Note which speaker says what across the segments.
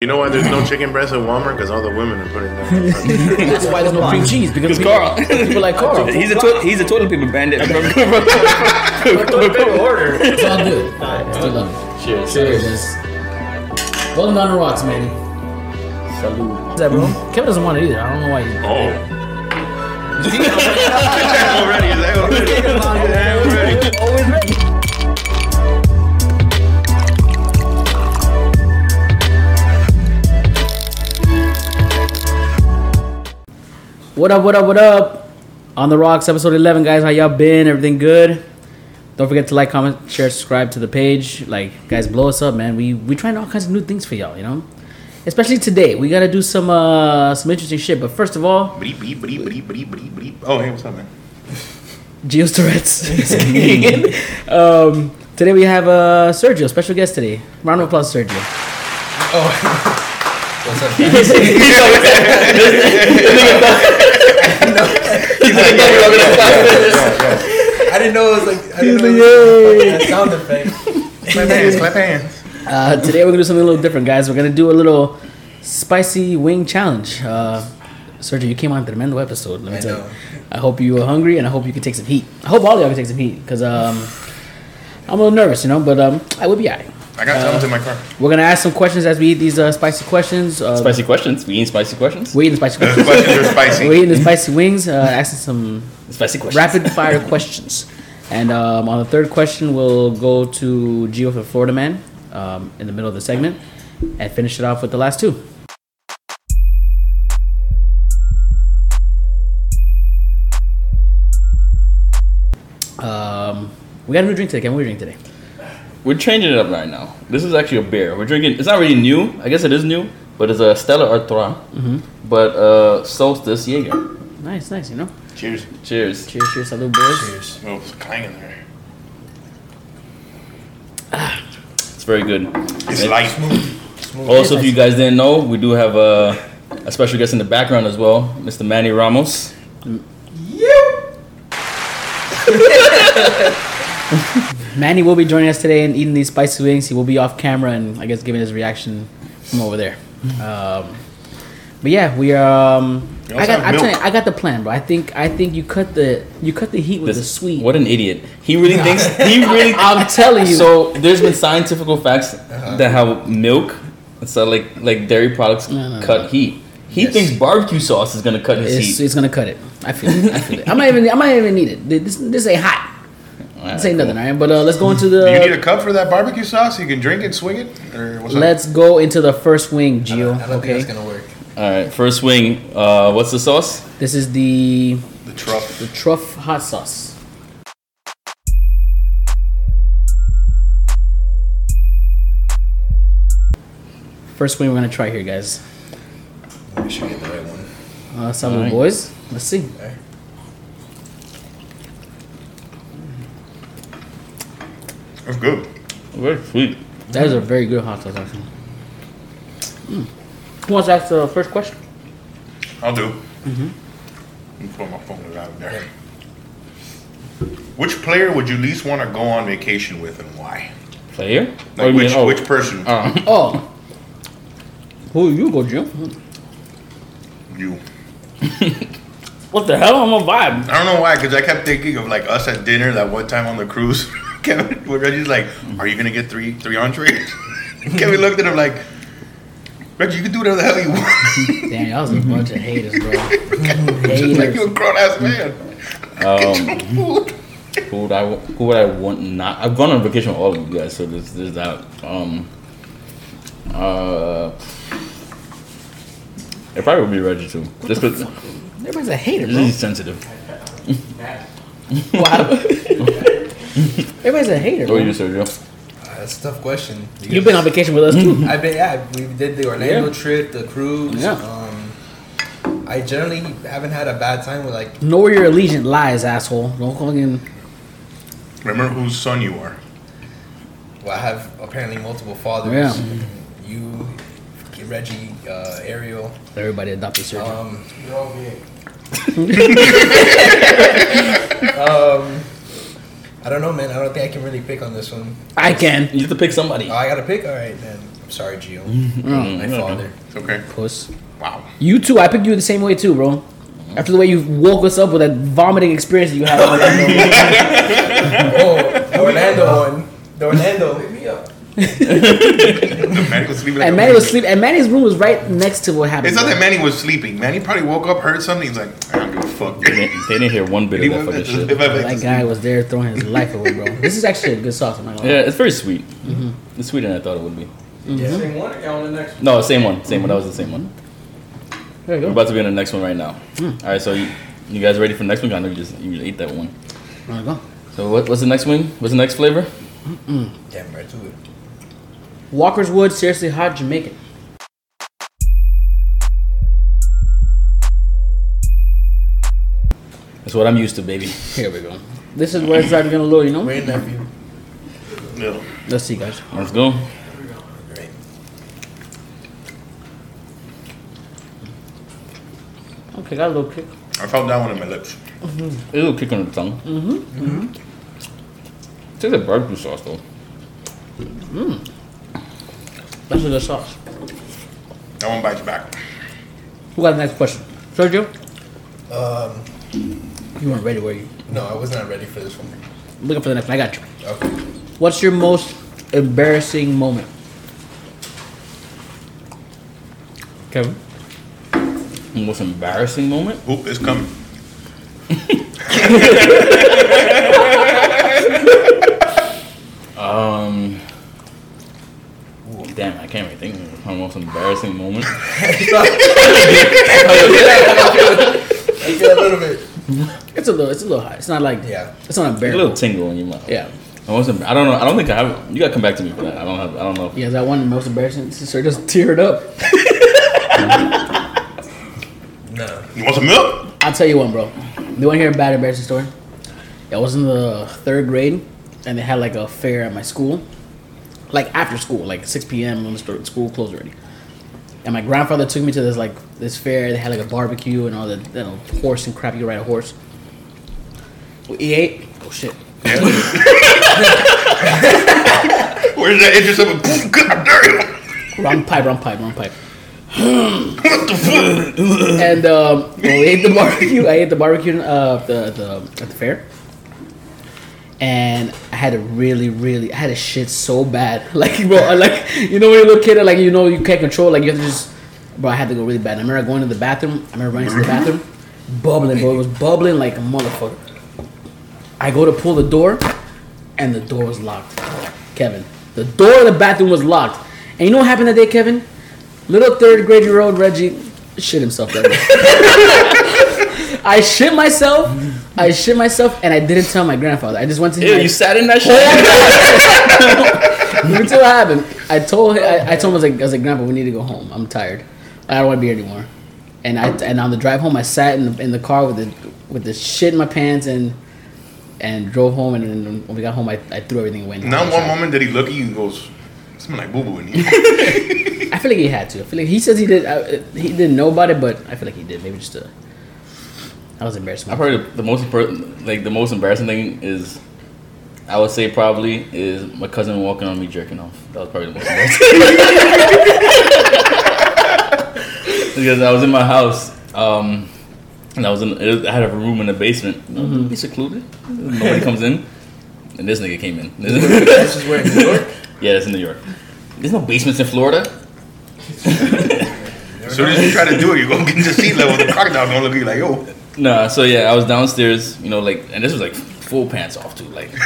Speaker 1: You know why there's no chicken breasts at Walmart? Because all the women are putting them.
Speaker 2: That's why there's no cream cheese because
Speaker 3: It's
Speaker 2: people,
Speaker 3: Carl.
Speaker 2: people like Carl.
Speaker 3: He's a to- he's a toilet paper bandit. order.
Speaker 2: It's all good. It's still love. Cheers. Cheers. Golden on the rocks, man. Salute. What's that, bro? Kevin doesn't want it either. I don't know why. He-
Speaker 1: oh. already, is that already? Is that already?
Speaker 2: What up, what up, what up? On the Rocks, episode 11, guys. How y'all been? Everything good? Don't forget to like, comment, share, subscribe to the page. Like, guys, blow us up, man. We we trying all kinds of new things for y'all, you know? Especially today. We gotta do some uh some interesting shit. But first of all,
Speaker 1: Bleep, bleep, bleep, bleep, bleep, bleep, bleep. Oh, hey, what's up, man?
Speaker 2: Gio's Tourette's. is kicking. um today we have uh Sergio, special guest today. Round of applause, Sergio.
Speaker 4: I didn't know it was like. I didn't know it was that sound effect.
Speaker 1: Clap hands, clap hands.
Speaker 2: Uh, today we're gonna do something a little different, guys. We're gonna do a little spicy wing challenge. Uh, Sergio, you came on the tremendo episode. Let me
Speaker 4: I
Speaker 2: tell you.
Speaker 4: know.
Speaker 2: I hope you were hungry, and I hope you can take some heat. I hope all y'all can take some heat, cause um, I'm a little nervous, you know. But um, I will be alright.
Speaker 1: I got something in my car.
Speaker 2: We're gonna ask some questions as we eat these uh, spicy questions. Uh,
Speaker 3: Spicy questions. We eating spicy questions.
Speaker 2: We're eating spicy
Speaker 1: The
Speaker 2: questions.
Speaker 1: questions are
Speaker 2: we're
Speaker 1: spicy.
Speaker 2: eating the spicy wings. Uh, asking some
Speaker 3: Spicy questions.
Speaker 2: rapid fire questions. And um, on the third question, we'll go to Geo for Florida Man um, in the middle of the segment and finish it off with the last two. Um, we got a new drink today. Can we drink today?
Speaker 3: We're changing it up right now. This is actually a beer. We're drinking. It's not really new. I guess it is new, but it's a Stella Artois.
Speaker 2: Mm-hmm.
Speaker 3: But uh, Solstice Jaeger.
Speaker 2: Nice, nice. You know,
Speaker 1: Cheers.
Speaker 3: Cheers.
Speaker 2: cheers, cheers, salute, boys.
Speaker 1: Oh, it's clanging there.
Speaker 3: It's very good.
Speaker 2: Mm-hmm.
Speaker 1: It's
Speaker 3: And
Speaker 1: light.
Speaker 3: Also, if you guys didn't know, we do have a, a special guest in the background as well, Mr. Manny Ramos.
Speaker 2: Manny will be joining us today and eating these spicy wings. He will be off camera and I guess giving his reaction from over there. Um, but yeah, we um,
Speaker 1: You also
Speaker 2: I got
Speaker 1: have
Speaker 2: I, tell you,
Speaker 1: milk.
Speaker 2: I got the plan, bro. I think I think you cut the you cut the heat with the
Speaker 3: This-
Speaker 2: sweet.
Speaker 3: What an idiot. He really thinks. He really.
Speaker 2: I'm telling you. Uh-huh.
Speaker 3: So there's been scientific facts that how milk, so like like dairy products
Speaker 2: no,
Speaker 3: cut heat. He thinks barbecue sauce is gonna cut his
Speaker 2: it's,
Speaker 3: heat.
Speaker 2: it's gonna cut it. I feel it. I feel it. I might even I might even need it. This this ain't hot. This ain't nothing, alright? But uh, let's go into
Speaker 1: Do you need a
Speaker 2: the
Speaker 1: cup for that barbecue sauce? You can drink it, swing it, or what's up?
Speaker 2: let's go into the first wing,
Speaker 4: I
Speaker 2: Gio.
Speaker 4: don't, I don't
Speaker 2: okay,
Speaker 4: think that's gonna work.
Speaker 3: All right, first wing. Uh, what's the sauce?
Speaker 2: this is the
Speaker 1: The truff.
Speaker 2: the truff hot sauce. First wing we're gonna try here, guys.
Speaker 4: Let me sure you get the right one.
Speaker 2: Uh, some of the
Speaker 3: Alright.
Speaker 2: boys. Let's see.
Speaker 1: That's good.
Speaker 3: Very sweet.
Speaker 2: That is a very good hot sauce, actually. Mm. Who wants to ask the first question?
Speaker 1: I'll do. Mm-hmm. Put my phone out there. Which player would you least want to go on vacation with, and why?
Speaker 3: Player? Or
Speaker 1: Like
Speaker 3: you
Speaker 1: which
Speaker 3: mean- oh,
Speaker 1: which person?
Speaker 3: uh,
Speaker 2: Oh, who you go, Jim?
Speaker 1: you.
Speaker 3: what the hell? I'm a vibe.
Speaker 1: I don't know why, because I kept thinking of like us at dinner that one time on the cruise. Kevin, where Reggie's like, "Are you gonna get three three entrees?" Kevin looked at him like, "Reggie, you can do whatever the hell you want."
Speaker 2: Damn, y'all was a bunch of haters, bro.
Speaker 1: Just like
Speaker 2: haters.
Speaker 1: you're a grown
Speaker 3: Mm.
Speaker 1: ass man.
Speaker 3: Um, who would I? wa- Who would I want? Not. I've gone on vacation with all of you guys, so there's there's that. Um. Uh. It probably would be Reggie too. Just because
Speaker 2: Everybody's a hater, bro.
Speaker 3: he's sensitive.
Speaker 2: Wow. Everybody's a hater.
Speaker 1: Oh,
Speaker 3: What were you,
Speaker 2: Bro.
Speaker 3: Sergio?
Speaker 4: Uh, that's a tough question. You
Speaker 2: You've been on vacation with us too.
Speaker 4: I've been. Yeah, we did the Orlando
Speaker 2: Yeah.
Speaker 4: trip, the cruise.
Speaker 2: Yeah.
Speaker 4: Um, I generally haven't had a bad time with like.
Speaker 2: Know where your allegiance lies, asshole. Don't fucking.
Speaker 1: Remember whose son you are.
Speaker 4: Well, I have apparently multiple fathers.
Speaker 2: Yeah.
Speaker 4: You, Reggie, uh, Ariel.
Speaker 2: Everybody adopted surgery.
Speaker 4: Um, um, I don't know, man. I don't think I can really pick on this one.
Speaker 2: I can.
Speaker 3: You have to pick somebody.
Speaker 4: Oh, I gotta pick. All right, then. Sorry, Gio. My father.
Speaker 1: It's okay.
Speaker 2: Puss.
Speaker 1: Wow.
Speaker 2: You too. I picked you the same way too, bro. After the way you woke us up with that vomiting experience you had.
Speaker 4: Oh, the Orlando one. The Orlando. Hit me up.
Speaker 1: The Manny was sleeping. Like
Speaker 2: and
Speaker 1: a
Speaker 2: Manny was
Speaker 1: baby.
Speaker 2: sleep. And Manny's room was right next to what happened.
Speaker 1: It's not
Speaker 2: bro.
Speaker 1: that Manny was sleeping. Manny probably woke up, heard something. He's like, I don't give a fuck.
Speaker 3: They didn't, they didn't hear one bit
Speaker 1: He
Speaker 3: of that
Speaker 1: went
Speaker 3: fucking
Speaker 1: back to-
Speaker 3: shit.
Speaker 1: went back to
Speaker 2: That
Speaker 1: sleep.
Speaker 2: guy was there throwing his life away, bro. This is actually a good sauce. I'm not gonna lie.
Speaker 3: Yeah, it's very sweet.
Speaker 2: Mm-hmm.
Speaker 3: It's sweeter than I thought it would be.
Speaker 4: Same one. or y'all on the next one.
Speaker 3: No, same one. Same one. That was the same one.
Speaker 2: There you
Speaker 3: We're
Speaker 2: go.
Speaker 3: about to be on the next one right now.
Speaker 2: Hmm.
Speaker 3: All right, so you, you guys ready for the next one? I know you just you ate that one.
Speaker 2: There you go.
Speaker 3: So what, what's the next one? What's the next flavor?
Speaker 4: Damn right to it.
Speaker 2: Walker's Wood, seriously hot Jamaican.
Speaker 3: That's what I'm used to, baby.
Speaker 2: Here we go. This is where it's starting to get a little, you know.
Speaker 4: Great nephew.
Speaker 1: No.
Speaker 2: Let's see, guys.
Speaker 3: Let's go.
Speaker 4: Great.
Speaker 2: Okay, got a little kick.
Speaker 1: I felt that one in my lips.
Speaker 3: A little kick on the tongue. Mm-hmm.
Speaker 2: Mm-hmm.
Speaker 3: Tastes like barbecue sauce though.
Speaker 2: That's a good sauce.
Speaker 1: That one bites back.
Speaker 2: Who got the next question? Sergio,
Speaker 4: Um,
Speaker 2: you weren't ready, were you?
Speaker 4: no, I was not ready for this one.
Speaker 2: I'm looking for the next one. I got you.
Speaker 4: Okay.
Speaker 2: What's your most embarrassing moment? Kevin.
Speaker 3: Most embarrassing moment?
Speaker 1: Oop, it's coming.
Speaker 3: Um. ooh, Damn, I can't really think of my most embarrassing moment.
Speaker 4: I feel a little bit.
Speaker 2: It's a little. It's a little hot. It's not like.
Speaker 4: Yeah.
Speaker 2: It's not
Speaker 3: a little
Speaker 2: embarrassing.
Speaker 3: tingle in your mouth.
Speaker 2: Yeah.
Speaker 3: I wasn't. I don't know. I don't think I have. You gotta come back to me for that. I don't have. I don't know.
Speaker 2: Yeah, that one most embarrassing. Sir just teared up.
Speaker 4: No.
Speaker 1: You want some milk?
Speaker 2: I'll tell you one, bro. You want to hear a bad embarrassing story? I was in the third grade, and they had like a fair at my school, like after school, like 6 p.m. when the sto- school closed already. And my grandfather took me to this like this fair. They had like a barbecue and all the you know horse and crap. You ride a horse. We ate. Oh shit!
Speaker 1: Where's that interest of a poof? God damn.
Speaker 2: Wrong pipe. Wrong pipe. Wrong pipe. and um, we ate the barbecue. I ate the barbecue uh, the, the at the fair, and I had to really, really, I had to shit so bad. Like, bro, I like you know when you're a little kid, like you know you can't control. Like you have to just, bro. I had to go really bad. I remember going to the bathroom. I remember running to the bathroom, bubbling, bro. It was bubbling like a motherfucker. I go to pull the door, and the door was locked. Kevin, the door of the bathroom was locked. And you know what happened that day, Kevin? Little third grade year old Reggie shit himself that day. I shit myself. I shit myself, and I didn't tell my grandfather. I just went to him.
Speaker 3: Ew,
Speaker 2: I-
Speaker 3: you sat in that shit.
Speaker 2: let me tell you what happened. I told him, I, I told him I was, like, I was like, Grandpa, we need to go home. I'm tired. I don't want to be here anymore. And I and on the drive home, I sat in the, in the car with the with the shit in my pants and and drove home. And then when we got home, I, I threw everything away.
Speaker 1: Not one moment did he look at you and goes, "Smell like boo boo in here."
Speaker 2: I feel like he had to. I feel like he says he did. I, he didn't know about it, but I feel like he did. Maybe just a. I was embarrassed.
Speaker 3: I've heard the most impor- like the most embarrassing thing is, I would say probably is my cousin walking on me jerking off. That was probably the most embarrassing. because I was in my house, um, and I was in. It was, I had a room in the basement. Be secluded. Nobody comes in, and this nigga came in.
Speaker 4: This is where in New York.
Speaker 3: yeah, that's in New York. There's no basements in Florida.
Speaker 1: As soon as you try to do it, you're gonna get into sea level. The crocodile's gonna look at you like, "Yo,
Speaker 3: Nah, so yeah, I was downstairs, you know, like, and this was like full pants off too, like. and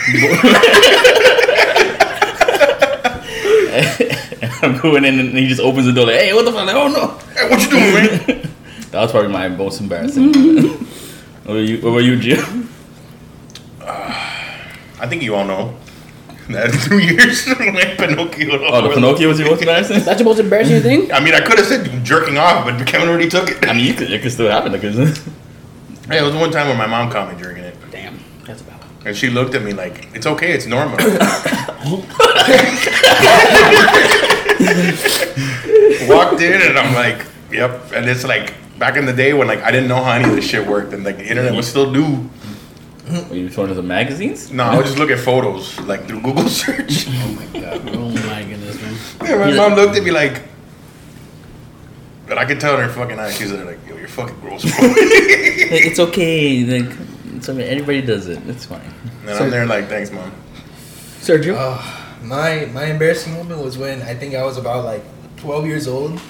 Speaker 3: I'm going in, and he just opens the door, like, "Hey, what the fuck?" Like, oh no,
Speaker 1: hey, what you doing, man?"
Speaker 3: that was probably my most embarrassing. moment. what were you? What were you, Jim?
Speaker 1: I think you all know that two years when Pinocchio.
Speaker 3: Oh, the Pinocchio was your most embarrassing.
Speaker 2: That's the most embarrassing thing.
Speaker 3: Mm-hmm.
Speaker 1: I mean, I could have said jerking off, but Kevin already took it.
Speaker 3: I mean, you could, it could still happen because
Speaker 1: Hey, it was one time when my mom caught me drinking it,
Speaker 2: Damn, that's about. It.
Speaker 1: and she looked at me like, "It's okay, it's normal." Walked in, and I'm like, "Yep." And it's like back in the day when like I didn't know how any of this shit worked, and like the internet was still new.
Speaker 3: Are you showing us the magazines?
Speaker 1: No, I would just look at photos like through Google search.
Speaker 2: Oh my goodness, man.
Speaker 1: Yeah, my
Speaker 3: He's
Speaker 1: mom
Speaker 3: like-
Speaker 1: looked at me like, but I could tell in her fucking eyes. She's like, "Yo, you're fucking gross." bro." and
Speaker 3: Like, it's okay. Like, it's okay. Everybody does it. It's fine.
Speaker 1: I'm there like, "Thanks, mom."
Speaker 2: Sergio.
Speaker 3: Uh,
Speaker 4: Oh, my my embarrassing moment was when I think I was about like 12 years old,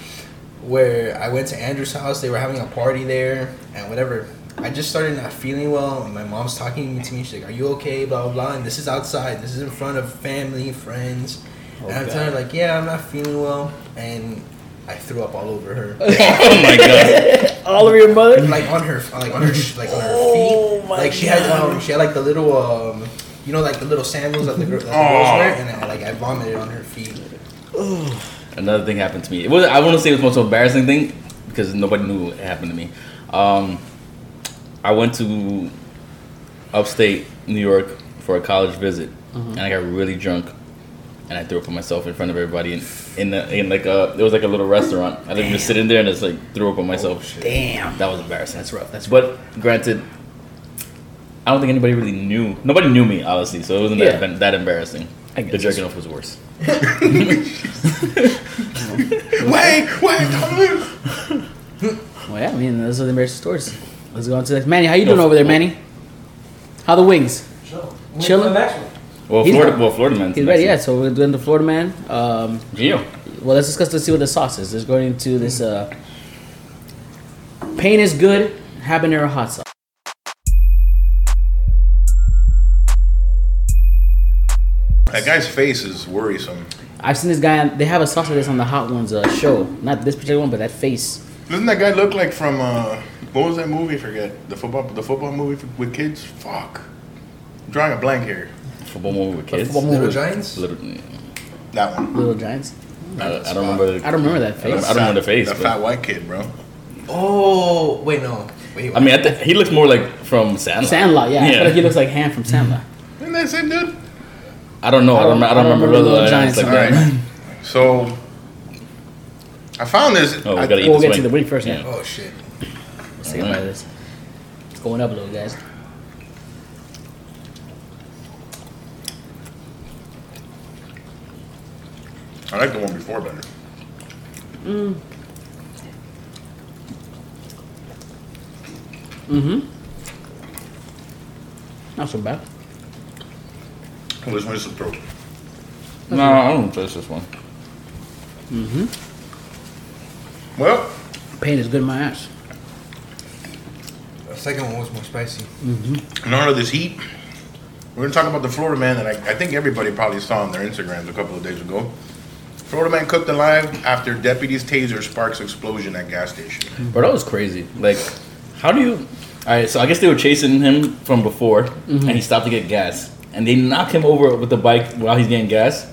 Speaker 4: where I went to Andrew's house. They were having a party there, and whatever. I just started not feeling well, and my mom's talking to me. She's like, "Are you okay?" Blah blah blah. And this is outside. This is in front of family, friends, and I'm telling her like, "Yeah, I'm not feeling well," and I threw up all over her,
Speaker 3: Oh my god.
Speaker 2: All over your
Speaker 3: mm-hmm.
Speaker 2: mother.
Speaker 4: like on her, like on her, sh- like on her feet. like she had um, she had like the little um, you know, like the little sandals that the, girl, that the girls
Speaker 1: Aw.
Speaker 4: wear, and I, like I vomited on her feet.
Speaker 3: Another thing happened to me. It was I want to say it was the most embarrassing thing because nobody knew it happened to me. Um, I went to upstate New York for a college visit,
Speaker 2: Mm-hmm.
Speaker 3: and I got really drunk, and I threw up on myself in front of everybody. In in, a, in like a it was like a little restaurant. I was just sitting there and just like threw up on
Speaker 2: Oh,
Speaker 3: myself.
Speaker 2: Damn.
Speaker 3: That was embarrassing.
Speaker 2: That's rough. That's
Speaker 3: But granted, I don't think anybody really knew. Nobody knew me, honestly, so it wasn't
Speaker 2: Yeah.
Speaker 3: that, that embarrassing.
Speaker 2: I guess
Speaker 3: The jerking off was worse.
Speaker 1: Wait, wait.
Speaker 2: Well, yeah, I mean, those are the embarrassing stories. Let's go on to the next. Manny, how you doing over there, Manny? How the wings?
Speaker 5: Chill.
Speaker 2: Chilling.
Speaker 5: The next one.
Speaker 3: Well,
Speaker 2: He's
Speaker 3: Florida,
Speaker 2: not-
Speaker 3: well, Florida man's
Speaker 2: He's
Speaker 3: next
Speaker 2: ready, yeah.
Speaker 3: in.
Speaker 2: So we're doing the Florida man. Um,
Speaker 3: Gio.
Speaker 2: well, let's discuss. Let's see what the sauce is. Let's go into this. Uh, pain is good. Habanero hot sauce.
Speaker 1: That guy's face is worrisome.
Speaker 2: I've seen this guy. On, they have a sauce like this on the Hot Ones uh, show. Not this particular one, but that face.
Speaker 1: Doesn't that guy look like from uh, what was that movie? I forget the football the football movie for, with kids. Fuck, I'm drawing a blank here.
Speaker 3: Football movie with kids.
Speaker 2: Football
Speaker 4: Little
Speaker 2: movie.
Speaker 4: Giants.
Speaker 3: Little-
Speaker 1: That one.
Speaker 2: Little Giants.
Speaker 3: I, I don't remember. The,
Speaker 2: I don't remember that
Speaker 3: I don't,
Speaker 2: face.
Speaker 3: I don't know the face.
Speaker 1: That
Speaker 3: but-
Speaker 1: fat white kid, bro.
Speaker 4: Oh wait, no. Wait,
Speaker 3: I mean, I th- he looks more like from Sandlot.
Speaker 2: Sandlot. Yeah, I feel
Speaker 3: Yeah. Mm-hmm.
Speaker 2: like he looks like Ham from Sandlot.
Speaker 1: Isn't that same dude?
Speaker 3: I don't know. I don't, I don't, remember, Little, Giants like
Speaker 1: All
Speaker 3: that.
Speaker 1: right. So I found this.
Speaker 3: Oh, we
Speaker 1: I-
Speaker 3: gotta eat
Speaker 2: We'll
Speaker 3: this
Speaker 2: get to
Speaker 3: way.
Speaker 2: the wing first. Yeah.
Speaker 4: oh shit.
Speaker 2: Let's take a bite of this. It's going up a little, guys.
Speaker 1: I like the one before better.
Speaker 2: Not so bad.
Speaker 1: This one's the throat.
Speaker 3: No, I don't trust this one.
Speaker 2: Mm-hmm.
Speaker 1: Well,
Speaker 2: Pain is good in my ass.
Speaker 4: The second one was more spicy.
Speaker 1: in honor of this heat, we're gonna talk about the Florida man that I, I think everybody probably saw on their Instagrams a couple of days ago. Florida man cooked alive after deputies taser sparks explosion at gas station.
Speaker 3: Bro, that was crazy. Like, how do you? All right, so I guess they were chasing him from before,
Speaker 2: Mm-hmm.
Speaker 3: and he stopped to get gas, and they knock him over with the bike while he's getting gas,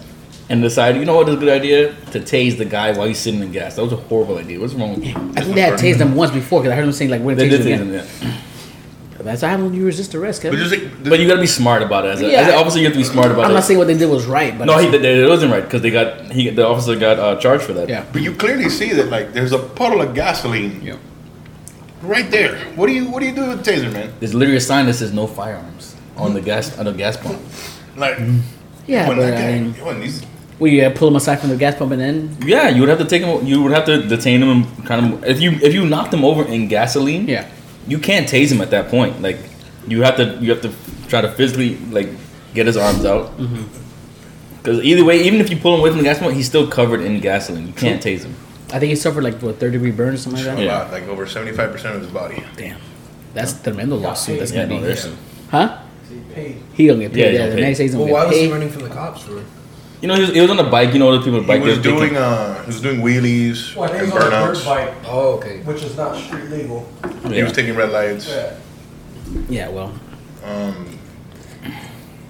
Speaker 3: and decide, you know what, is a good idea to tase the guy while he's sitting in gas. That was a horrible idea. What's wrong with you?
Speaker 2: I think they had tased them once before because I heard them saying like we're
Speaker 3: They
Speaker 2: gonna tase
Speaker 3: did tase
Speaker 2: you again.
Speaker 3: him, yeah.
Speaker 2: That's how you resist arrest,
Speaker 1: But
Speaker 2: Kevin.
Speaker 1: just like,
Speaker 3: But you gotta be smart about it. As a, as an
Speaker 2: Yeah.
Speaker 3: officer, you have to be smart about
Speaker 2: I'm
Speaker 3: it.
Speaker 2: not saying what they did was right, but
Speaker 3: no, he did, it wasn't right because they got he the officer got uh, charged for that.
Speaker 2: yeah.
Speaker 1: But you clearly see that like there's a puddle of gasoline.
Speaker 3: Yeah.
Speaker 1: Right there. What do you what do you do with a taser, man?
Speaker 3: There's literally a sign that says no firearms on the gas on the gas pump.
Speaker 1: Like
Speaker 3: Mm-hmm.
Speaker 2: Yeah,
Speaker 1: when
Speaker 2: but
Speaker 1: that
Speaker 2: I
Speaker 1: guy-
Speaker 2: mean,
Speaker 1: when he's-
Speaker 2: we uh, pull him aside from the gas pump and then
Speaker 3: Yeah, you would have to take him. You would have to detain him and kind of if you if you knocked him over in gasoline.
Speaker 2: yeah,
Speaker 3: you can't tase him at that point. Like you have to you have to try to physically like get his arms out.
Speaker 2: Mm-hmm.
Speaker 3: Because either way, even if you pull him away from the gas pump, he's still covered in gasoline. You can't tase him.
Speaker 2: I think he suffered like what third degree burn or something like that.
Speaker 3: Yeah.
Speaker 1: about, like over seventy five percent of his body.
Speaker 2: Damn, that's tremendo lawsuit. That's
Speaker 3: Yeah,
Speaker 2: gonna
Speaker 3: no,
Speaker 2: be
Speaker 3: there's
Speaker 2: huh?
Speaker 5: So you paid.
Speaker 2: He gonna get
Speaker 3: Yeah,
Speaker 2: paid.
Speaker 3: he
Speaker 2: Yeah,
Speaker 3: gonna
Speaker 2: the
Speaker 3: pay.
Speaker 2: next day he's
Speaker 4: Well,
Speaker 2: gonna
Speaker 4: Oh, why
Speaker 2: get
Speaker 4: was he
Speaker 2: paid.
Speaker 4: running from the cops? Or?
Speaker 3: You know, he was, he was on a bike. You know, other people
Speaker 1: He
Speaker 3: bike.
Speaker 1: was
Speaker 3: they- they
Speaker 1: doing
Speaker 3: can-
Speaker 1: uh he was doing wheelies
Speaker 5: Well, I think
Speaker 1: and
Speaker 5: it was on a dirt
Speaker 1: burnouts.
Speaker 5: bike,
Speaker 4: Oh, okay.
Speaker 5: which is not street legal.
Speaker 1: He was
Speaker 3: yeah.
Speaker 1: taking red lights.
Speaker 5: Yeah.
Speaker 2: Yeah, well,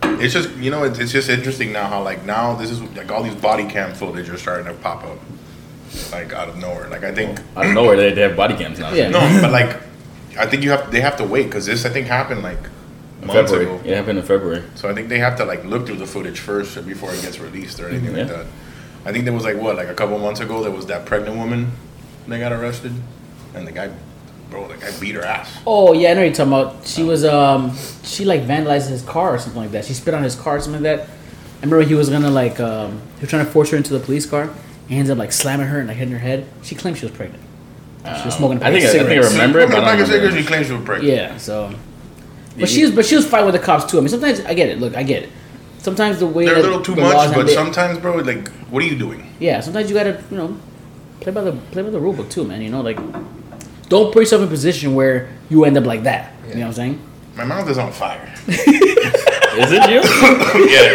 Speaker 1: It's just you know it's, it's just interesting now how like now this is like all these body cam footage are starting to pop up like out of nowhere. Like I think
Speaker 3: I don't know where they, they have body cams now.
Speaker 2: Yeah.
Speaker 1: no, but like I think you have they have to wait because this I think happened like
Speaker 3: In
Speaker 1: months
Speaker 3: February.
Speaker 1: ago.
Speaker 3: It happened in February.
Speaker 1: So I think they have to like look through the footage first before it gets released or anything like
Speaker 3: Yeah.
Speaker 1: that. I think there was like what, like a couple months ago, there was that pregnant woman that got arrested, and the guy bro, like I beat her ass.
Speaker 2: Oh yeah, I know what you're talking about. She was um she like vandalized his car or something like that. She spit on his car or something like that. I remember he was gonna like um he was trying to force her into the police car. He ends up like slamming her and like hitting her head. She claimed she was pregnant. She was smoking. a
Speaker 3: I
Speaker 2: pack
Speaker 3: think
Speaker 2: of
Speaker 3: I- I think I
Speaker 2: cigarettes.
Speaker 3: Remember it,
Speaker 1: Look at
Speaker 3: but I don't
Speaker 1: the package
Speaker 3: remember
Speaker 1: cigarettes,
Speaker 3: it.
Speaker 1: She claims she was pregnant.
Speaker 2: Yeah, so but she was but she was fighting with the cops too. I mean sometimes I get it. Look, I get it. Sometimes the way
Speaker 1: They're a
Speaker 2: that
Speaker 1: little too
Speaker 2: the laws
Speaker 1: much,
Speaker 2: have
Speaker 1: but
Speaker 2: been-
Speaker 1: sometimes, bro, like, what are you doing?
Speaker 2: yeah, sometimes you gotta you know play by the play by the rule book too, man. You know like don't put yourself in a position where you end up like that. You know what I'm saying?
Speaker 1: My mouth is on fire.
Speaker 3: Is it you?
Speaker 1: yeah.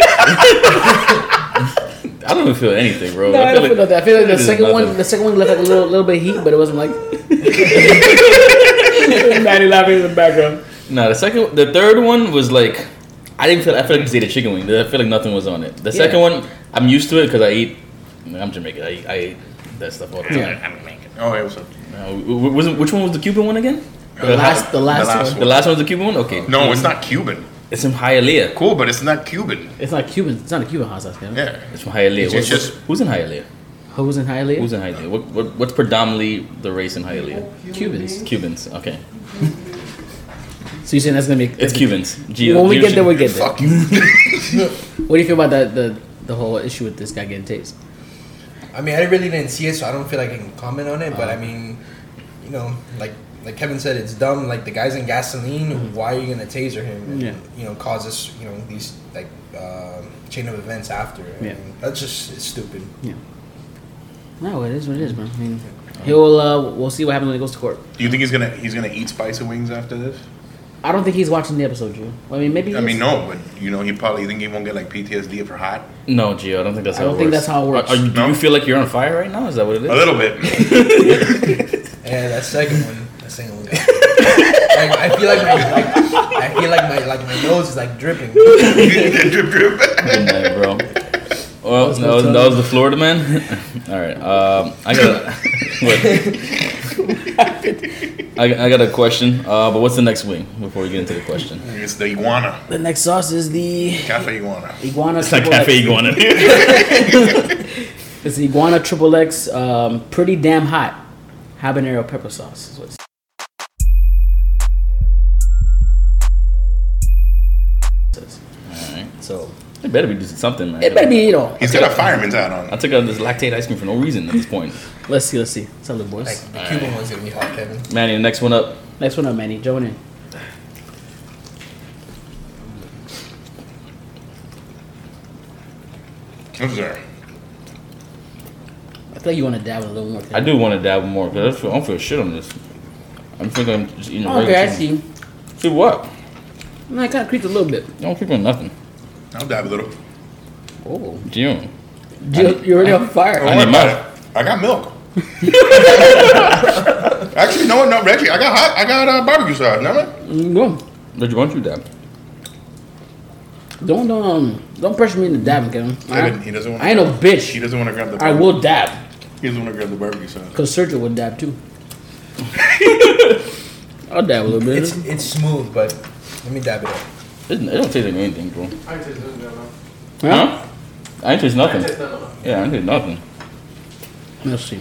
Speaker 3: I don't even feel anything, bro.
Speaker 2: No, I, don't feel like that. I feel like the
Speaker 3: it is
Speaker 2: second one,
Speaker 3: nothing.
Speaker 2: the second one left like a little, little bit of heat, but it wasn't like. Maddie laughing in the background.
Speaker 3: No, the second, the third one was like, I didn't feel. I feel like just ate a chicken wing. I feel like nothing was on it. The
Speaker 2: Yeah.
Speaker 3: second one, I'm used to it because I eat. I'm Jamaican. I, eat- I eat that stuff all the time.
Speaker 2: Yeah.
Speaker 1: Oh, yeah, what's up?
Speaker 3: Uh, w- was it- which one was the Cuban one again?
Speaker 2: The last, the last,
Speaker 1: last
Speaker 2: one.
Speaker 3: The last one was the Cuban one. Okay.
Speaker 1: No, it's not Cuban.
Speaker 3: It's from Hialeah.
Speaker 1: Cool, but it's not Cuban.
Speaker 2: It's not Cuban. It's not a Cuban hot sauce. Man.
Speaker 1: Yeah.
Speaker 3: It's from Hialeah.
Speaker 1: It's
Speaker 3: What's-
Speaker 1: just-
Speaker 3: who's in Hialeah?
Speaker 2: Who's in Hialeah?
Speaker 3: Who's in Hialeah? What, what, what's predominantly the race in Hialeah?
Speaker 2: Cubans.
Speaker 3: Cubans. Okay.
Speaker 2: So you saying that's gonna be?
Speaker 3: It's Cubans. Geo.
Speaker 2: When we get there, we get there.
Speaker 1: Fuck you.
Speaker 2: What do you feel about the the, the whole issue with this guy getting tased?
Speaker 4: I mean, I really didn't see it, so I don't feel like I can comment on it. But I mean, you know, like like Kevin said, it's dumb. Like the guy's in gasoline. Why are you gonna taser him? And,
Speaker 2: Yeah.
Speaker 4: You know, cause this. You know, these like um chain of events after. I
Speaker 2: Yeah.
Speaker 4: mean, that's just it's stupid.
Speaker 2: No, it is what it is, man. I mean, he'll uh, we'll see what happens when he goes to court.
Speaker 1: Do you think he's gonna he's gonna eat spicy wings after this?
Speaker 2: I don't think he's watching the episode, Drew. I mean, maybe. He
Speaker 1: I
Speaker 2: is.
Speaker 1: mean, no, but you know, he probably you think he won't get like PTSD if you're hot.
Speaker 3: No, Gio. I don't think that's
Speaker 2: I
Speaker 3: how.
Speaker 2: don't
Speaker 3: it
Speaker 2: think
Speaker 3: works.
Speaker 2: that's how it works.
Speaker 3: Are, are you,
Speaker 1: No?
Speaker 3: Do you feel like you're on fire right now? Is that what it is?
Speaker 1: A little bit.
Speaker 4: Yeah, that second one. That second one. got- like, I feel like my like, I feel like my like my nose is like dripping.
Speaker 1: drip, drip.
Speaker 3: Good night, bro. Well, that was, that was the Florida man. All right, um, I got a, what? I, got- I got a question. Uh, but what's the next wing before we get into the question?
Speaker 1: It's the iguana,
Speaker 2: The next sauce is the
Speaker 1: cafe iguana.
Speaker 2: iguana.
Speaker 3: It's like
Speaker 2: triple X.
Speaker 3: cafe iguana.
Speaker 2: It's the Iguana Triple X, um, pretty damn hot habanero pepper sauce. Is what it's-
Speaker 3: All right, so it better be just something, man.
Speaker 2: it better be, you know.
Speaker 1: He's got a fireman's hat
Speaker 3: I
Speaker 1: on.
Speaker 3: took out this lactate ice cream for no reason at this point.
Speaker 2: Let's see, let's see. Let's have a look,
Speaker 4: Like
Speaker 2: boys.
Speaker 4: the Cuban one's gonna be hot, Kevin.
Speaker 3: Manny, the next one up.
Speaker 2: Next one up, Manny. Join in.
Speaker 1: What's there?
Speaker 2: I feel like you want to dabble a little more.
Speaker 3: I do want to dabble more because I, feel- I don't feel shit on this. I'm thinking I'm just eating a regular.
Speaker 2: Oh, okay, I
Speaker 3: chicken.
Speaker 2: see.
Speaker 3: See what?
Speaker 2: No, I kind of creeped a little bit.
Speaker 3: I don't keep on nothing.
Speaker 1: I'll dab a little.
Speaker 2: Oh,
Speaker 3: Gio.
Speaker 2: you, you're already on fire.
Speaker 3: I need milk.
Speaker 1: I got milk. Actually, no, no, Reggie, I got hot. I got uh, barbecue sauce. No, man.
Speaker 2: Mm, Go.
Speaker 3: Reggie, why don't you dab?
Speaker 2: Don't don't um, don't pressure me into dabbing,
Speaker 1: I
Speaker 2: Kevin. alright?
Speaker 1: didn't- he doesn't want.
Speaker 2: I ain't no
Speaker 1: He
Speaker 2: bitch.
Speaker 1: doesn't want to grab the.
Speaker 2: I will dab,
Speaker 1: He doesn't want to grab the barbecue sauce.
Speaker 2: cause Sergio would dab too. I'll dab a little bit.
Speaker 4: It's it's smooth, but let me dab it up.
Speaker 3: It, it don't taste like anything, bro.
Speaker 5: I taste this now.
Speaker 2: Huh?
Speaker 3: Huh? I ain't taste
Speaker 5: I
Speaker 3: nothing.
Speaker 5: taste that one.
Speaker 3: Yeah, I ain't taste nothing.
Speaker 2: Let's see.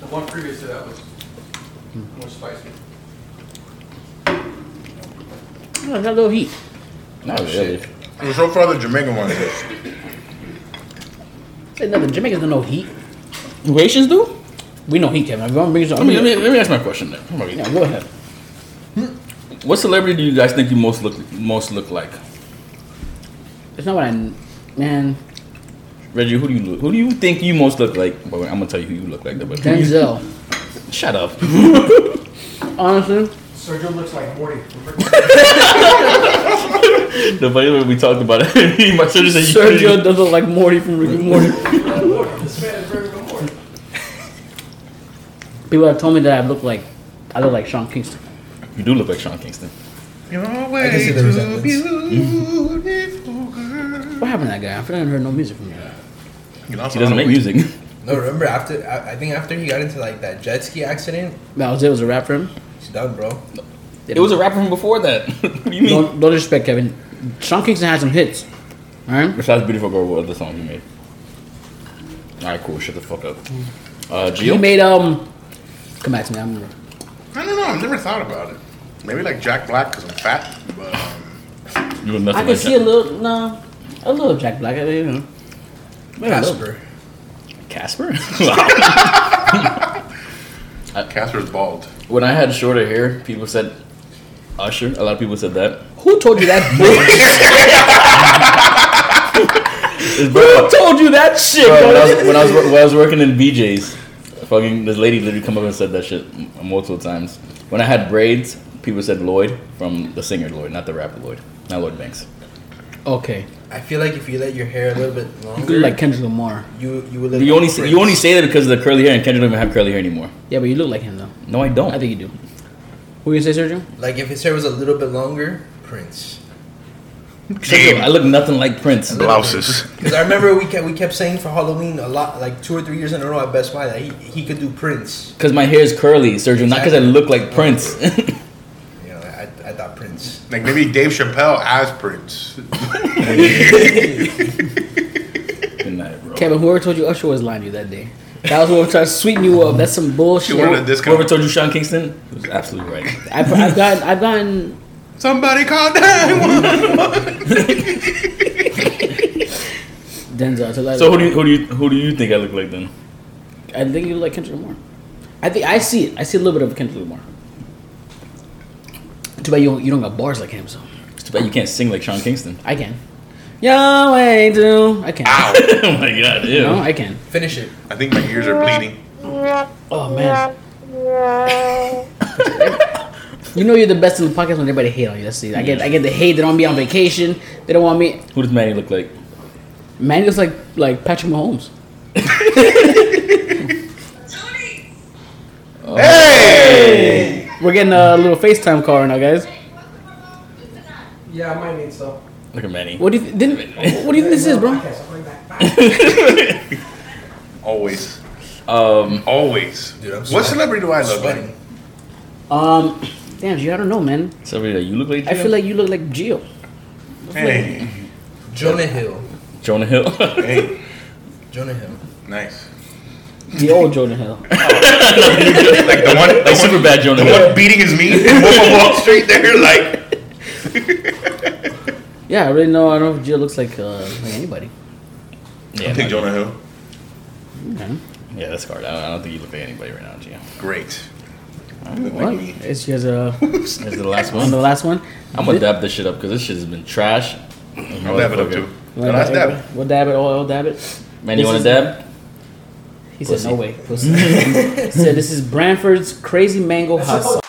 Speaker 5: The one previous to that was more spicy.
Speaker 2: Oh, it's got a little heat.
Speaker 3: Not really.
Speaker 1: It was so far the Jamaican one. is.
Speaker 2: Say nothing. Jamaicans don't know heat.
Speaker 3: Haitians do?
Speaker 2: We know heat, Kevin. Everyone brings
Speaker 3: Let me, let me let me ask my question there. Come on.
Speaker 2: Yeah, go ahead.
Speaker 3: What celebrity do you guys think you most look most look like?
Speaker 2: It's not what I, man.
Speaker 3: Reggie, who do you look, who do you think you most look like? Well, I'm gonna tell you who you look like. though, But who you-
Speaker 2: Denzel.
Speaker 3: shut up.
Speaker 2: Honestly,
Speaker 5: Sergio looks like Morty.
Speaker 3: the funny way we talked about it, my surgeon said you
Speaker 2: Sergio does look like Morty from Rick and Morty.
Speaker 5: this man is very good Morty.
Speaker 2: People have told me that I look like, I look like Sean Kingston.
Speaker 3: You do look like Sean Kingston.
Speaker 1: You're
Speaker 4: can see
Speaker 1: way
Speaker 4: the
Speaker 1: too
Speaker 4: resemblance.
Speaker 1: beautiful, girl.
Speaker 2: What happened to that guy? I feel like I heard no music from him.
Speaker 1: He lost
Speaker 3: He
Speaker 1: a lot
Speaker 3: doesn't
Speaker 1: of
Speaker 3: make
Speaker 1: weight.
Speaker 3: music.
Speaker 4: No, remember after I, I think after he got into like that jet ski accident,
Speaker 2: That was it. Was a rap for him.
Speaker 4: he's done, bro.
Speaker 3: It was a rapper from before that. what do you mean?
Speaker 2: Don't, don't disrespect Kevin. Sean Kingston had some hits. All right.
Speaker 3: Besides "Beautiful Girl," what other songs you made? All right, cool. Shut the fuck up. Uh,
Speaker 2: He
Speaker 3: Gio.
Speaker 2: made um. Come back to me. I'm.
Speaker 1: I I've never thought about it. Maybe like Jack Black because I'm fat. But um,
Speaker 3: You were nothing
Speaker 2: I could
Speaker 3: like
Speaker 2: see a
Speaker 3: that.
Speaker 2: little, no, a little Jack Black. I mean, you know, maybe a little.
Speaker 4: Casper.
Speaker 3: Casper. Wow.
Speaker 1: Casper's bald.
Speaker 3: when I had shorter hair, people said Usher. A lot of people said that.
Speaker 2: Who told you that? bull-
Speaker 3: It's
Speaker 2: Who
Speaker 3: bro-
Speaker 2: told you that shit?
Speaker 3: bro, when, I
Speaker 2: bro?
Speaker 3: was, when I was wor- when I was working in BJ's, fucking this lady literally come up and said that shit m- multiple times. When I had braids, people said Lloyd from the singer Lloyd, not the rapper Lloyd, not Lloyd Banks.
Speaker 2: okay,
Speaker 4: I feel like if you let your hair a little bit
Speaker 2: you could
Speaker 4: longer,
Speaker 2: look like Kendrick Lamar.
Speaker 4: you you would. Look
Speaker 3: You only
Speaker 4: like
Speaker 3: say, you only say that because of the curly hair, and Kendrick don't even have curly hair anymore.
Speaker 2: Yeah, but you look like him though.
Speaker 3: No, I don't.
Speaker 2: I think you do. Who you gonna say, Sergio?
Speaker 4: like if his hair was a little bit longer, Prince.
Speaker 3: I look nothing like Prince.
Speaker 1: Blouses.
Speaker 4: Because I remember we kept we kept saying for Halloween a lot, like two or three years in a row at Best Buy that he, he could do Prince.
Speaker 3: Because my hair is curly, Sergio, not because I
Speaker 4: Exactly.
Speaker 3: look like Prince.
Speaker 4: You know, I, I thought Prince.
Speaker 1: Like maybe Dave Chappelle as Prince.
Speaker 3: Good night, bro.
Speaker 2: Kevin, whoever told you Usher was lying to you that day. That was what was trying to sweeten you up. That's some
Speaker 1: She
Speaker 2: bullshit.
Speaker 1: wanted a discount.
Speaker 3: Whoever told you Sean Kingston He was absolutely right.
Speaker 2: I've, I've gotten, I've gotten.
Speaker 1: Somebody called that
Speaker 2: Denzel. To
Speaker 3: So who do you who do you who do you think I look like then?
Speaker 2: I think you look like Kendrick Lamar. I think I see it. I see a little bit of Kendrick Lamar. Too bad you don't, you don't got bars like him, so
Speaker 3: It's too bad you can't sing like Sean Kingston.
Speaker 2: I can. Yahweh do I can.
Speaker 3: oh my god, ew.
Speaker 2: No, I can.
Speaker 4: Finish it.
Speaker 1: I think my ears are bleeding.
Speaker 2: Oh man. you know you're the best in the podcast when everybody hate on you. That's it. I get I get the hate. They don't want me on vacation. They don't want me.
Speaker 3: Who does Manny look like?
Speaker 2: Man, it's like like Patrick Mahomes.
Speaker 3: Oh.
Speaker 1: Hey!
Speaker 2: We're getting a little FaceTime call right now, guys.
Speaker 5: Yeah, I might need some.
Speaker 3: Look at Manny.
Speaker 2: What do you th- didn't, What do you think this is, bro?
Speaker 5: Okay, so I'll bring back. Bye.
Speaker 1: Always.
Speaker 3: Um,
Speaker 1: Always.
Speaker 4: Dude, I'm
Speaker 1: what
Speaker 4: sweating.
Speaker 1: celebrity do I look like?
Speaker 4: Sweating.
Speaker 2: Um, damn, Gio, I don't know, man.
Speaker 3: somebody that you look like?
Speaker 2: I
Speaker 3: Gio?
Speaker 2: feel like you look like Gio.
Speaker 1: Hey.
Speaker 4: Jonah Hill.
Speaker 3: Jonah Hill.
Speaker 1: Hey.
Speaker 4: Jonah Hill.
Speaker 1: Nice.
Speaker 2: The old Jordan Hill.
Speaker 1: Like the one,
Speaker 3: like
Speaker 1: the
Speaker 3: super bad Jonah
Speaker 1: one, the one
Speaker 3: Hill.
Speaker 1: beating his meat in Wolf of Wall Street there, like.
Speaker 2: Yeah, I really know. I don't know if Gio looks like uh, like anybody.
Speaker 3: Yeah,
Speaker 1: I think
Speaker 3: no,
Speaker 1: Jonah Hill.
Speaker 2: Okay.
Speaker 3: yeah, that's hard. I don't, I don't think you look like anybody right now, Gio.
Speaker 1: Great.
Speaker 2: Well,
Speaker 1: Like me.
Speaker 2: it's just uh,
Speaker 3: This is the last
Speaker 2: on the
Speaker 3: one.
Speaker 2: last one.
Speaker 3: I'm gonna dab this shit up because this shit has been trash.
Speaker 1: I'll dab it up too. The
Speaker 2: Wanna
Speaker 1: last
Speaker 2: dab
Speaker 1: dab.
Speaker 2: it? We'll dab it. Oh, I'll dab it.
Speaker 3: Manny,
Speaker 2: This
Speaker 3: you wanna
Speaker 2: is-
Speaker 3: dab?
Speaker 2: He
Speaker 3: Pussy.
Speaker 2: said, "No way." Pussy. He said, "This is Branford's Crazy Mango Hot Sauce."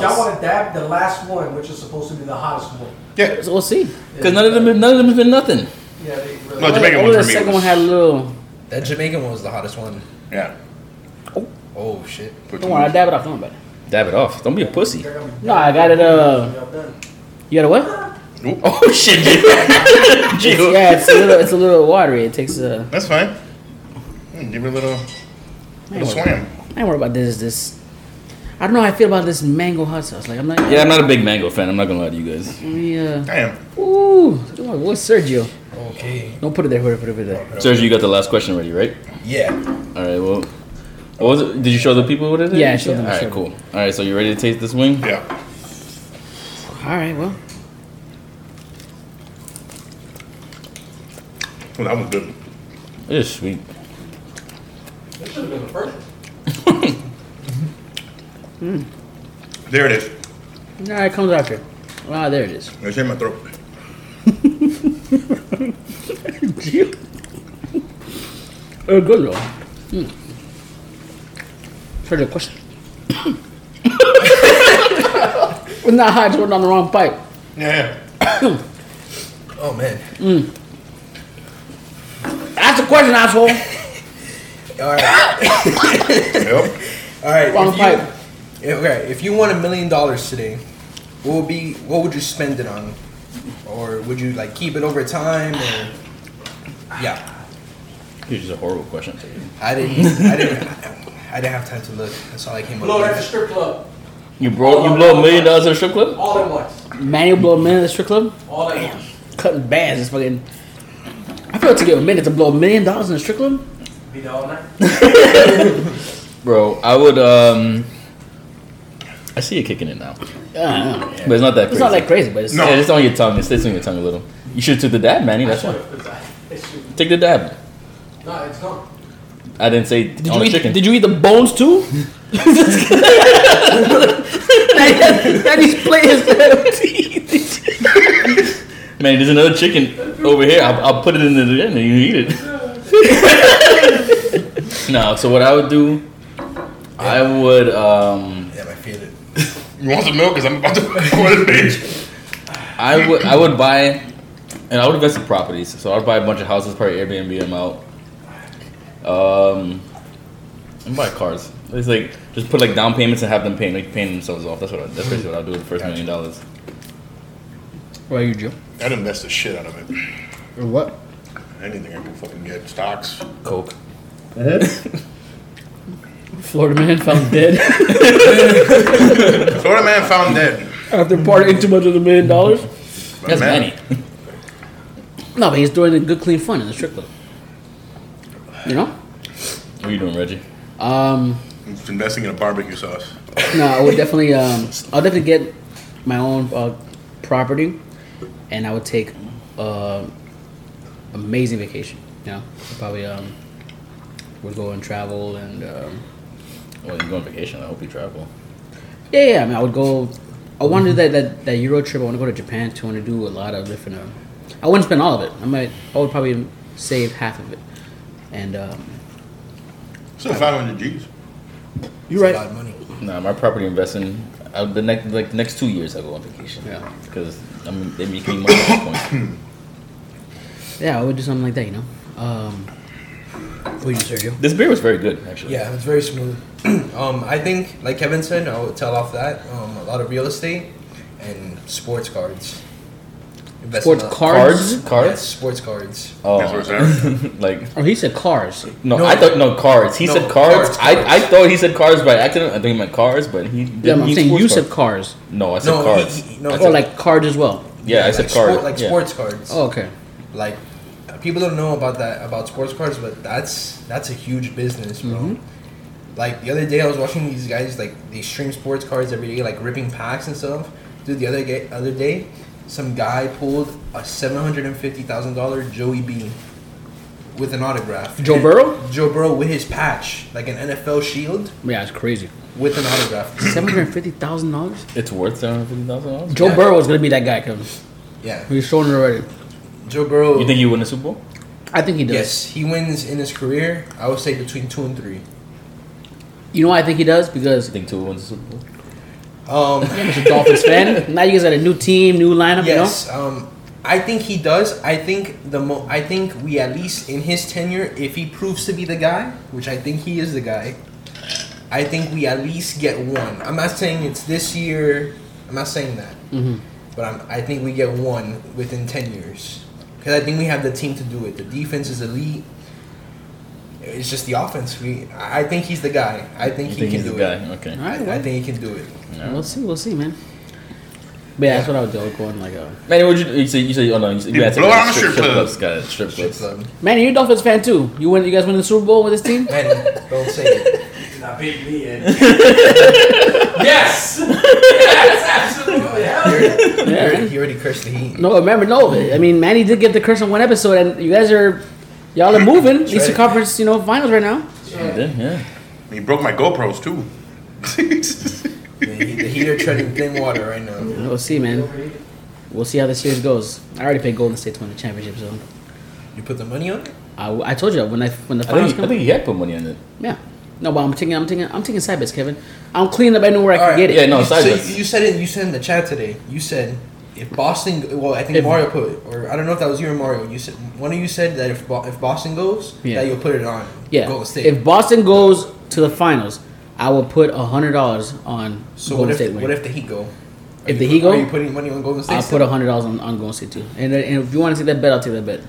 Speaker 5: Y'all want to dab the last one, which is supposed to be the hottest one.
Speaker 1: Yeah.
Speaker 2: So we'll see.
Speaker 3: Because none of them, none of them has been nothing.
Speaker 5: Yeah, they really.
Speaker 1: No, Jamaican
Speaker 2: Only
Speaker 1: one
Speaker 2: the
Speaker 1: for me.
Speaker 2: second
Speaker 1: was-
Speaker 2: one had a little.
Speaker 4: That Jamaican one was the hottest one.
Speaker 1: Yeah.
Speaker 4: Oh shit.
Speaker 2: Don't worry, I will dab it off. Don't worry about it.
Speaker 3: Dab it off. Don't be a pussy.
Speaker 5: They're gonna be
Speaker 2: No, I got it. Uh,
Speaker 5: y'all done.
Speaker 2: you got a what?
Speaker 3: Oh shit, Gio. Gio.
Speaker 2: Yeah, it's a little. It's a little watery. It takes uh,
Speaker 1: That's fine. Mm, Give it a little, little swam.
Speaker 2: I ain't worried about this. This. I don't know how I feel about this mango hot sauce. Like I'm not.
Speaker 3: Yeah, I'm not a big mango fan. I'm not gonna lie to you guys.
Speaker 2: Yeah.
Speaker 1: Damn.
Speaker 2: Ooh, look at my boy Sergio.
Speaker 4: Okay.
Speaker 2: Don't put it there. Put it, put it, put it there.
Speaker 3: Sergio, you got the last question ready, right?
Speaker 4: Yeah.
Speaker 3: All right. Well, what was it? Did you show the people what it is?
Speaker 2: Yeah, I showed them, I
Speaker 3: All right,
Speaker 2: showed
Speaker 3: cool. All right, so you ready to taste this wing?
Speaker 1: Yeah.
Speaker 2: All right. Well,
Speaker 1: Well, that was good.
Speaker 3: It is sweet.
Speaker 5: This should have been the first one.
Speaker 1: There it is.
Speaker 2: nah, it comes after. Ah, there it is.
Speaker 1: It's in my throat.
Speaker 2: Oh, good though. Mm. Sergio, question. We're not hot. We're on the wrong pipe.
Speaker 1: Yeah.
Speaker 4: Oh man.
Speaker 2: Mm. Ask the question, asshole.
Speaker 4: All right.
Speaker 1: Yep.
Speaker 4: All right.
Speaker 2: Wrong
Speaker 4: if you-
Speaker 2: pipe.
Speaker 4: Yeah, Okay. If you won a million dollars today, what would be? What would you spend it on? Or would you like keep it over time? Or yeah,
Speaker 3: This is a horrible question. Sergio.
Speaker 4: I didn't. I didn't. I didn't have time to look. That's all I came up
Speaker 5: Blow it at the
Speaker 4: with.
Speaker 5: strip club.
Speaker 3: You bro, you blow a million dollars at a strip club?
Speaker 5: All at once.
Speaker 2: Manual blow man at the strip club.
Speaker 5: All at once.
Speaker 2: Cutting bands. It's fucking. I I feel it took you a minute to blow a million dollars in a Strickland.
Speaker 5: Be there all night.
Speaker 3: bro. I would. um I see you kicking it now,
Speaker 2: Yeah,
Speaker 3: but it's not that. Crazy.
Speaker 2: it's not like crazy, but it's
Speaker 1: No.
Speaker 3: Yeah, it's on your tongue. It stays on your tongue a little. You should took the dab, Manny. That's
Speaker 5: Sure,
Speaker 3: why.
Speaker 5: it's not- it's true.
Speaker 3: Take the dab.
Speaker 5: No, it's gone.
Speaker 3: I didn't say
Speaker 2: Did
Speaker 3: on
Speaker 2: you
Speaker 3: Oh, the
Speaker 2: eat?
Speaker 3: chicken.
Speaker 2: Did you eat the bones too? and he's playing his teeth.
Speaker 3: Man, there's another chicken over here. I'll, I'll put it in the end and you eat it. no, so what I would do, I would. um
Speaker 4: Yeah, I feel it.
Speaker 1: You want some milk? Cause I'm about to record a bitch.
Speaker 3: I would I would buy, and I would invest in properties. So I'd buy a bunch of houses, probably Airbnb them out. Um, and buy cars. It's like just put like down payments and have them paying like paying themselves off. That's what I, that's basically what I'll do with the first million dollars.
Speaker 2: Where are you, Joe?
Speaker 1: I'd invest the shit out of it.
Speaker 2: Or what?
Speaker 1: Anything I can fucking get. Stocks.
Speaker 3: Coke.
Speaker 2: Florida man found dead
Speaker 1: Florida man found dead.
Speaker 2: after partying too much with a million dollars.
Speaker 1: My
Speaker 3: That's
Speaker 1: man.
Speaker 3: Manny.
Speaker 2: No, but he's doing a good, clean fun in the strip club. You know?
Speaker 3: What are you doing, Reggie?
Speaker 2: Um,
Speaker 1: I'm just investing in a barbecue sauce.
Speaker 2: no, I would definitely, um, I'll definitely get my own uh, property, and I would take uh, amazing vacation. You know, probably um, would go and travel and. Um,
Speaker 3: Well, you go on vacation. I hope you travel.
Speaker 2: Yeah, yeah. I mean, I would go. I want to do that, that that Euro trip. I want to go to Japan too. I want to do a lot of different. Um, I wouldn't spend all of it. I might. I would probably save half of it. And um,
Speaker 1: Still 500 G's.
Speaker 2: you're
Speaker 4: It's a lot of money.
Speaker 3: Nah, my property investing. I, the next like the next two years, I go on vacation.
Speaker 2: Yeah.
Speaker 3: because I mean they make me money at this point.
Speaker 2: Yeah, I would do something like that. You know. Um, what you do, Sergio?
Speaker 3: This beer was very good, actually.
Speaker 4: Yeah, it's very smooth. um, I think, like Kevin said, I would tell off that um, a lot of real estate and sports cards. Invest in
Speaker 2: Sports
Speaker 4: a-
Speaker 2: cards?
Speaker 3: cards, cards.
Speaker 4: Yes, sports cards.
Speaker 3: Oh,
Speaker 1: That's what's there.
Speaker 3: like
Speaker 2: Oh, he said cars.
Speaker 3: no,
Speaker 4: No.
Speaker 3: I thought no cards. He
Speaker 4: No,
Speaker 3: said cards.
Speaker 4: cards,
Speaker 3: I, I
Speaker 4: cards.
Speaker 3: thought he said cards by accident. I think he meant cars, but he didn't.
Speaker 2: Yeah, I'm
Speaker 3: he
Speaker 2: saying
Speaker 3: sports
Speaker 2: you
Speaker 3: cards.
Speaker 2: said cars. Oh.
Speaker 3: no. I said
Speaker 4: No, he-
Speaker 3: cards.
Speaker 4: he- no,
Speaker 3: I
Speaker 4: he-
Speaker 3: said,
Speaker 2: Or like cards as well.
Speaker 3: yeah, I said
Speaker 4: like
Speaker 3: cards.
Speaker 4: Sport, like
Speaker 3: yeah.
Speaker 4: sports cards.
Speaker 2: Oh, okay.
Speaker 4: Like people don't know about that about sports cards, but that's that's a huge business, bro.
Speaker 2: Mm-hmm.
Speaker 4: Like the other day, I was watching these guys like they stream sports cards every day, like ripping packs and stuff. Dude, the other ga- other day, some guy pulled a seven hundred and fifty thousand dollar Joey B. With an autograph,
Speaker 2: Joe Burrow?
Speaker 4: Joe Burrow with his patch, like an NFL shield
Speaker 2: Yeah, it's crazy.
Speaker 4: with an autograph.
Speaker 2: Seven hundred fifty thousand dollars.
Speaker 3: It's worth seven hundred fifty thousand dollars.
Speaker 2: Joe
Speaker 4: Yeah.
Speaker 2: Burrow is gonna be that guy, Kevin.
Speaker 4: Yeah,
Speaker 2: He's shown it already.
Speaker 4: Joe Burrow.
Speaker 3: You think you win the Super Bowl?
Speaker 2: I think he does.
Speaker 4: yes, he wins in his career. I would say between two and three.
Speaker 2: You know why I think he does? Because
Speaker 3: You think Tua wins the Super Bowl?
Speaker 4: Um,
Speaker 2: I'm a Dolphins fan. Now you guys got a new team, new lineup.
Speaker 4: Yes, um, I think he does. I think the mo- I think we at least in his tenure, if he proves to be the guy, which I think he is the guy, I think we at least get one. I'm not saying it's this year. I'm not saying that,
Speaker 2: You know.
Speaker 4: but I'm, I think we get one within ten years because I think we have the team to do it. The defense is elite. It's just the offense. We I I think he's the guy. I think
Speaker 3: You
Speaker 4: he
Speaker 3: think
Speaker 4: can
Speaker 3: he's the
Speaker 4: do
Speaker 3: guy?
Speaker 4: it.
Speaker 3: Okay.
Speaker 2: All
Speaker 4: I,
Speaker 2: right,
Speaker 4: I
Speaker 2: well,
Speaker 4: think he can do it.
Speaker 2: we'll see. We'll see, man. But yeah, that's what I would do. I would go on like uh, a
Speaker 3: Manny, what you, you say? You say? Oh no, you, said-
Speaker 1: You
Speaker 3: had said
Speaker 1: blow out a strip club.
Speaker 3: clubs. Got it. Strip
Speaker 4: Strip
Speaker 3: clubs.
Speaker 4: club.
Speaker 2: man. You're a Dolphins fan too. You win. You guys win the Super Bowl with this team.
Speaker 4: Man, don't say it.
Speaker 5: Now big me in. yes! Yes, absolutely. Hell yeah.
Speaker 2: Yeah.
Speaker 4: He already,
Speaker 2: man.
Speaker 4: he already cursed the heat.
Speaker 2: No, remember, no. I mean, Manny did get the curse on one episode, and you guys are y'all are moving. Eastern
Speaker 4: right.
Speaker 2: Conference, you know, finals right now.
Speaker 3: You did? Yeah.
Speaker 2: Oh.
Speaker 1: He broke my GoPros too.
Speaker 4: The, heat- the heat are treading thin water right now.
Speaker 2: We'll see, man. We'll see how this series goes. I already picked Golden State to win the championship, so
Speaker 4: You put the money on it?
Speaker 2: I, I told you when I when the
Speaker 3: I
Speaker 2: finals
Speaker 3: think, I
Speaker 2: come.
Speaker 3: think he had put money on it.
Speaker 2: Yeah. No, but I'm taking I'm taking I'm taking side bets, Kevin. I'm cleaning up anywhere I can
Speaker 4: All right.
Speaker 2: get it.
Speaker 3: Yeah, no,
Speaker 4: you,
Speaker 3: side
Speaker 4: so
Speaker 3: bets.
Speaker 4: you, you said it. You said in the chat today. You said if Boston, well, I think
Speaker 2: If-
Speaker 4: Mario put it, or I don't know if that was you or Mario. You said one of you said that if Bo- if Boston goes,
Speaker 2: Yeah.
Speaker 4: that you'll put it on.
Speaker 2: Yeah.
Speaker 4: Golden State.
Speaker 2: If Boston goes to the finals, I will put hundred dollars on
Speaker 4: so
Speaker 2: Golden
Speaker 4: what if
Speaker 2: State
Speaker 4: what
Speaker 2: winning.
Speaker 4: if the Heat go? Are
Speaker 2: If
Speaker 4: you
Speaker 2: the
Speaker 4: put-
Speaker 2: Heat go?
Speaker 4: are you putting money on Golden State?
Speaker 2: I'll put
Speaker 4: still?
Speaker 2: hundred dollars on, on Golden State too. And, and if you want to take that bet, I'll take that bet.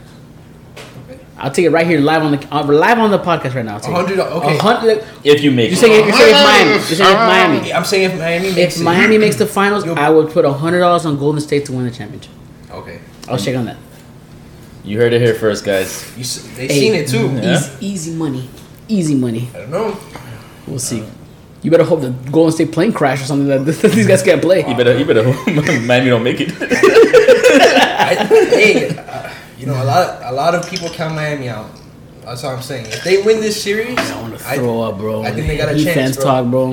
Speaker 2: I'll take it right here live on the uh, live on the podcast right now. I'll take it.
Speaker 4: $100, okay.
Speaker 2: A hundred.
Speaker 3: If you make
Speaker 2: You
Speaker 3: it.
Speaker 2: saying you saying if Miami? You saying if
Speaker 1: Ah.
Speaker 2: Miami?
Speaker 4: I'm saying if Miami makes
Speaker 2: If
Speaker 4: it-
Speaker 2: Miami makes the finals,
Speaker 4: You'll-
Speaker 2: I would put hundred dollars on Golden State to win the championship.
Speaker 4: okay,
Speaker 2: I'll shake on that.
Speaker 3: You heard it here first, guys.
Speaker 4: You, s- they
Speaker 2: Hey. Mm-hmm.
Speaker 4: seen it too.
Speaker 3: Yeah.
Speaker 2: Easy, easy money. Easy money.
Speaker 4: I don't know.
Speaker 2: We'll see. You better hope the Golden State plane crash or something that these guys can't play.
Speaker 3: You better, you better, man, you don't make it.
Speaker 4: I, hey, uh, you know, a lot, a lot of people count Miami out. That's all I'm saying. If they win this series,
Speaker 2: I want to
Speaker 4: I-
Speaker 2: throw up, bro.
Speaker 4: I think they got a
Speaker 2: Defense
Speaker 4: chance, bro.
Speaker 2: talk, bro.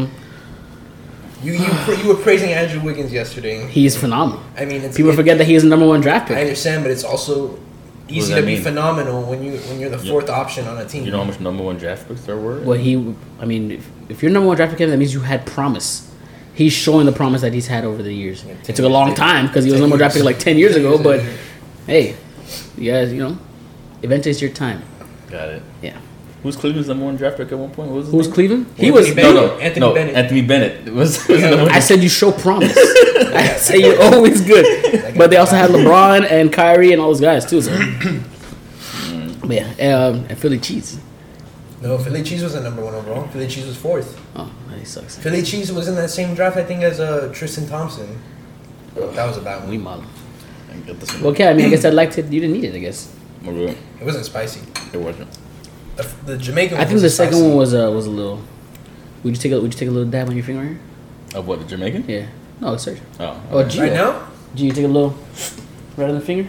Speaker 4: You, you, pra- you were praising Andrew Wiggins yesterday.
Speaker 2: He is phenomenal.
Speaker 4: I mean, it's,
Speaker 2: People
Speaker 4: it-
Speaker 2: forget that he is the number one draft
Speaker 4: I
Speaker 2: pick.
Speaker 4: understand, but it's also
Speaker 3: does
Speaker 4: easy
Speaker 3: that
Speaker 4: to be
Speaker 3: mean?
Speaker 4: phenomenal when you when you're the fourth option on a team.
Speaker 3: You know how much number one draft picks there were?
Speaker 2: Well, he, I mean, if, if you're number one draft pick, that means you had promise. He's showing the promise that he's had over the years. It took a long time because he was
Speaker 4: 10
Speaker 2: number one draft pick
Speaker 4: years.
Speaker 2: like ten years
Speaker 4: 10
Speaker 2: ago.
Speaker 4: years,
Speaker 2: But
Speaker 4: yeah.
Speaker 2: hey, you guys, you know, eventually it's your time.
Speaker 3: Got it.
Speaker 2: Yeah.
Speaker 3: Who's Cleveland's number one draft pick at one point? What was his
Speaker 2: Who was
Speaker 3: name?
Speaker 2: Cleveland? He
Speaker 4: Anthony
Speaker 2: was.
Speaker 4: Bennett.
Speaker 3: no, no,
Speaker 4: Anthony
Speaker 3: no,
Speaker 4: Bennett.
Speaker 3: Anthony Bennett was, was the number one.
Speaker 2: I said you show promise. I said you're always good. But they also had LeBron and Kyrie and all those guys too. So. But yeah, um, and Philly cheese.
Speaker 4: no, Philly Cheese wasn't number one overall. Philly Cheese was fourth.
Speaker 2: Oh, that sucks.
Speaker 4: Philly Cheese was in that same draft, I think, as uh, Tristan Thompson. That was a bad
Speaker 2: We
Speaker 4: one.
Speaker 2: model.
Speaker 3: I got this
Speaker 2: Well,
Speaker 3: one.
Speaker 2: Okay, I mean, I guess I liked it. You didn't need it, I guess.
Speaker 3: Maroon.
Speaker 4: It wasn't spicy.
Speaker 3: It wasn't.
Speaker 4: The, the Jamaican.
Speaker 2: I think the second one was uh, was a little. Would you take a Would you take a little dab on your finger? Here?
Speaker 3: Of what, the Jamaican?
Speaker 2: Yeah. No, sir.
Speaker 3: Oh.
Speaker 2: Oh, Gio.
Speaker 4: Right now,
Speaker 2: Gio, you take a little right on the finger.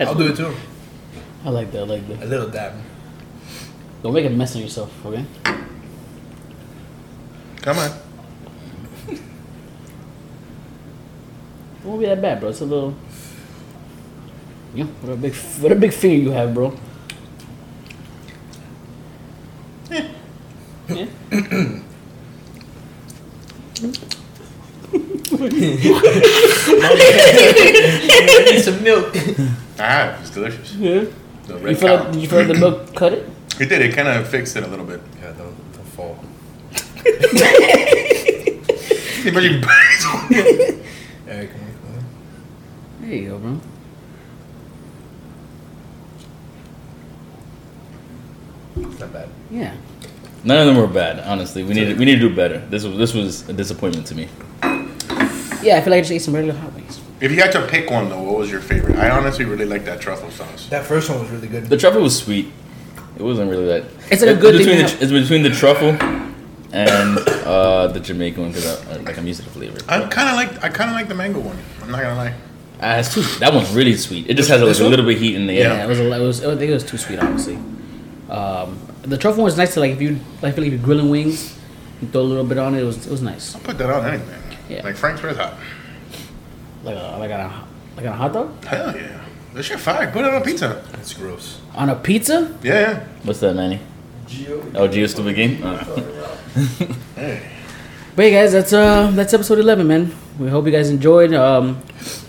Speaker 4: I'll do it too.
Speaker 2: I like that. I like
Speaker 4: A
Speaker 2: that.
Speaker 4: little dab.
Speaker 2: Don't make a mess of yourself, okay?
Speaker 1: Come on.
Speaker 2: It won't be that bad, bro. It's a little. Yeah. What a big What a big finger you have, bro. Yeah.
Speaker 4: I need some milk.
Speaker 1: Ah, it's delicious.
Speaker 2: Yeah.
Speaker 1: The
Speaker 2: You
Speaker 1: red
Speaker 2: feel
Speaker 1: cow.
Speaker 2: like, did you feel like the milk cut it?
Speaker 1: It did. It kind of fixed it a little bit.
Speaker 4: Yeah, don't, don't fall.
Speaker 1: It really burns on you.
Speaker 4: Eric, come on, come on.
Speaker 2: There you go, bro.
Speaker 4: It's not bad.
Speaker 2: Yeah.
Speaker 3: None of them were bad, honestly. We need, to- we need to do better. This was, this was a disappointment to me.
Speaker 2: Yeah, I feel like I just ate some regular hot wings.
Speaker 1: If you had to pick one though, what was your favorite? I honestly really like that truffle sauce.
Speaker 4: That first one was really good.
Speaker 3: The truffle was sweet. It wasn't really that.
Speaker 2: It's like a
Speaker 3: It-
Speaker 2: good thing
Speaker 3: between
Speaker 2: to
Speaker 3: the,
Speaker 2: have.
Speaker 3: It's between the truffle and uh, the Jamaican one because I, I- like I'm used to the flavor.
Speaker 1: I kind of like. I kind of like the mango one. I'm not gonna lie.
Speaker 3: Ah, it's too, that one's really sweet. It just has
Speaker 4: This
Speaker 3: like, a
Speaker 4: one?
Speaker 3: little bit of heat in the
Speaker 2: Yeah,
Speaker 3: air.
Speaker 2: it was. A, it was. I think it was too sweet, honestly. Um, the truffle one was nice to like if you like feel like you're grilling wings, you throw a little bit on it. It was. It was nice.
Speaker 1: I'll put that on anything.
Speaker 2: Yeah.
Speaker 1: Like Frank's Red Hot.
Speaker 2: Like a like a like on a hot dog
Speaker 1: Hell yeah. That shit fire. Put it on a pizza.
Speaker 4: That's gross.
Speaker 2: on a pizza.
Speaker 1: Yeah, yeah.
Speaker 3: What's that, Manny?
Speaker 5: Geo.
Speaker 3: Oh, Geo still game. Uh,
Speaker 2: But hey guys, that's uh that's episode eleven, man. We hope you guys enjoyed. Um,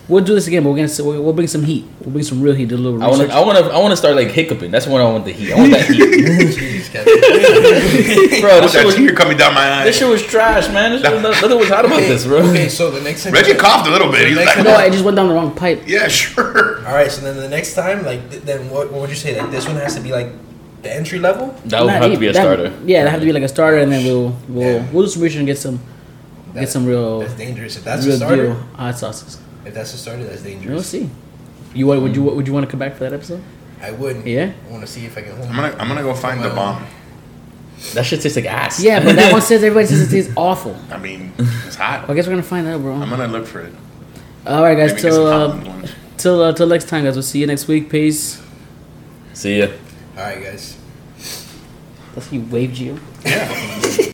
Speaker 2: we'll do this again, but we're gonna we'll, we'll bring some heat. We'll bring some real heat. Do a little
Speaker 3: I want to.
Speaker 2: research.
Speaker 3: I want to. I want to start like hiccuping. That's when I want the heat. I want that heat,
Speaker 4: Jeez, Kevin.
Speaker 1: Put
Speaker 3: bro. This shit
Speaker 1: that
Speaker 3: was.
Speaker 1: tear coming down my
Speaker 3: This
Speaker 1: eyes.
Speaker 3: shit was trash, man. This shit was, nothing was hot about this, bro.
Speaker 4: okay, so the next time.
Speaker 1: Reggie coughed a little bit. He's like,
Speaker 2: no, I just went down the wrong pipe.
Speaker 1: yeah, sure.
Speaker 4: All right, so then the next time, like, th- then what, what would you say? Like, this one has to be like the entry level.
Speaker 3: That would
Speaker 2: Not
Speaker 3: have to
Speaker 2: even-
Speaker 3: be a
Speaker 2: that-
Speaker 3: starter.
Speaker 2: Yeah, that have to be like a starter, and then we'll we'll
Speaker 4: Yeah.
Speaker 2: we'll do some research and get some
Speaker 4: That-
Speaker 2: get some real
Speaker 4: That's dangerous. If that's the
Speaker 2: real
Speaker 4: starter,
Speaker 2: deal hot sauces.
Speaker 4: if that's the starter, that's dangerous.
Speaker 2: We'll see. You wa- would you would you want to come back for that episode?
Speaker 4: I would.
Speaker 2: Yeah?
Speaker 4: I want to see if I can hold.
Speaker 1: I'm gonna, I'm gonna go find the bomb.
Speaker 3: That shit tastes like ass.
Speaker 2: Yeah, but that one says everybody says it's awful.
Speaker 1: I mean, it's hot.
Speaker 2: I guess we're gonna find out, bro.
Speaker 1: I'm gonna look for it.
Speaker 2: All right,
Speaker 1: Maybe
Speaker 2: guys.
Speaker 1: get
Speaker 2: Till
Speaker 1: some
Speaker 2: uh,
Speaker 3: um,
Speaker 1: hot ones.
Speaker 2: till uh, till next time, guys. We'll see you next week. Peace.
Speaker 3: See ya.
Speaker 4: All right, guys.
Speaker 2: Let's see, wave you.
Speaker 1: Yeah.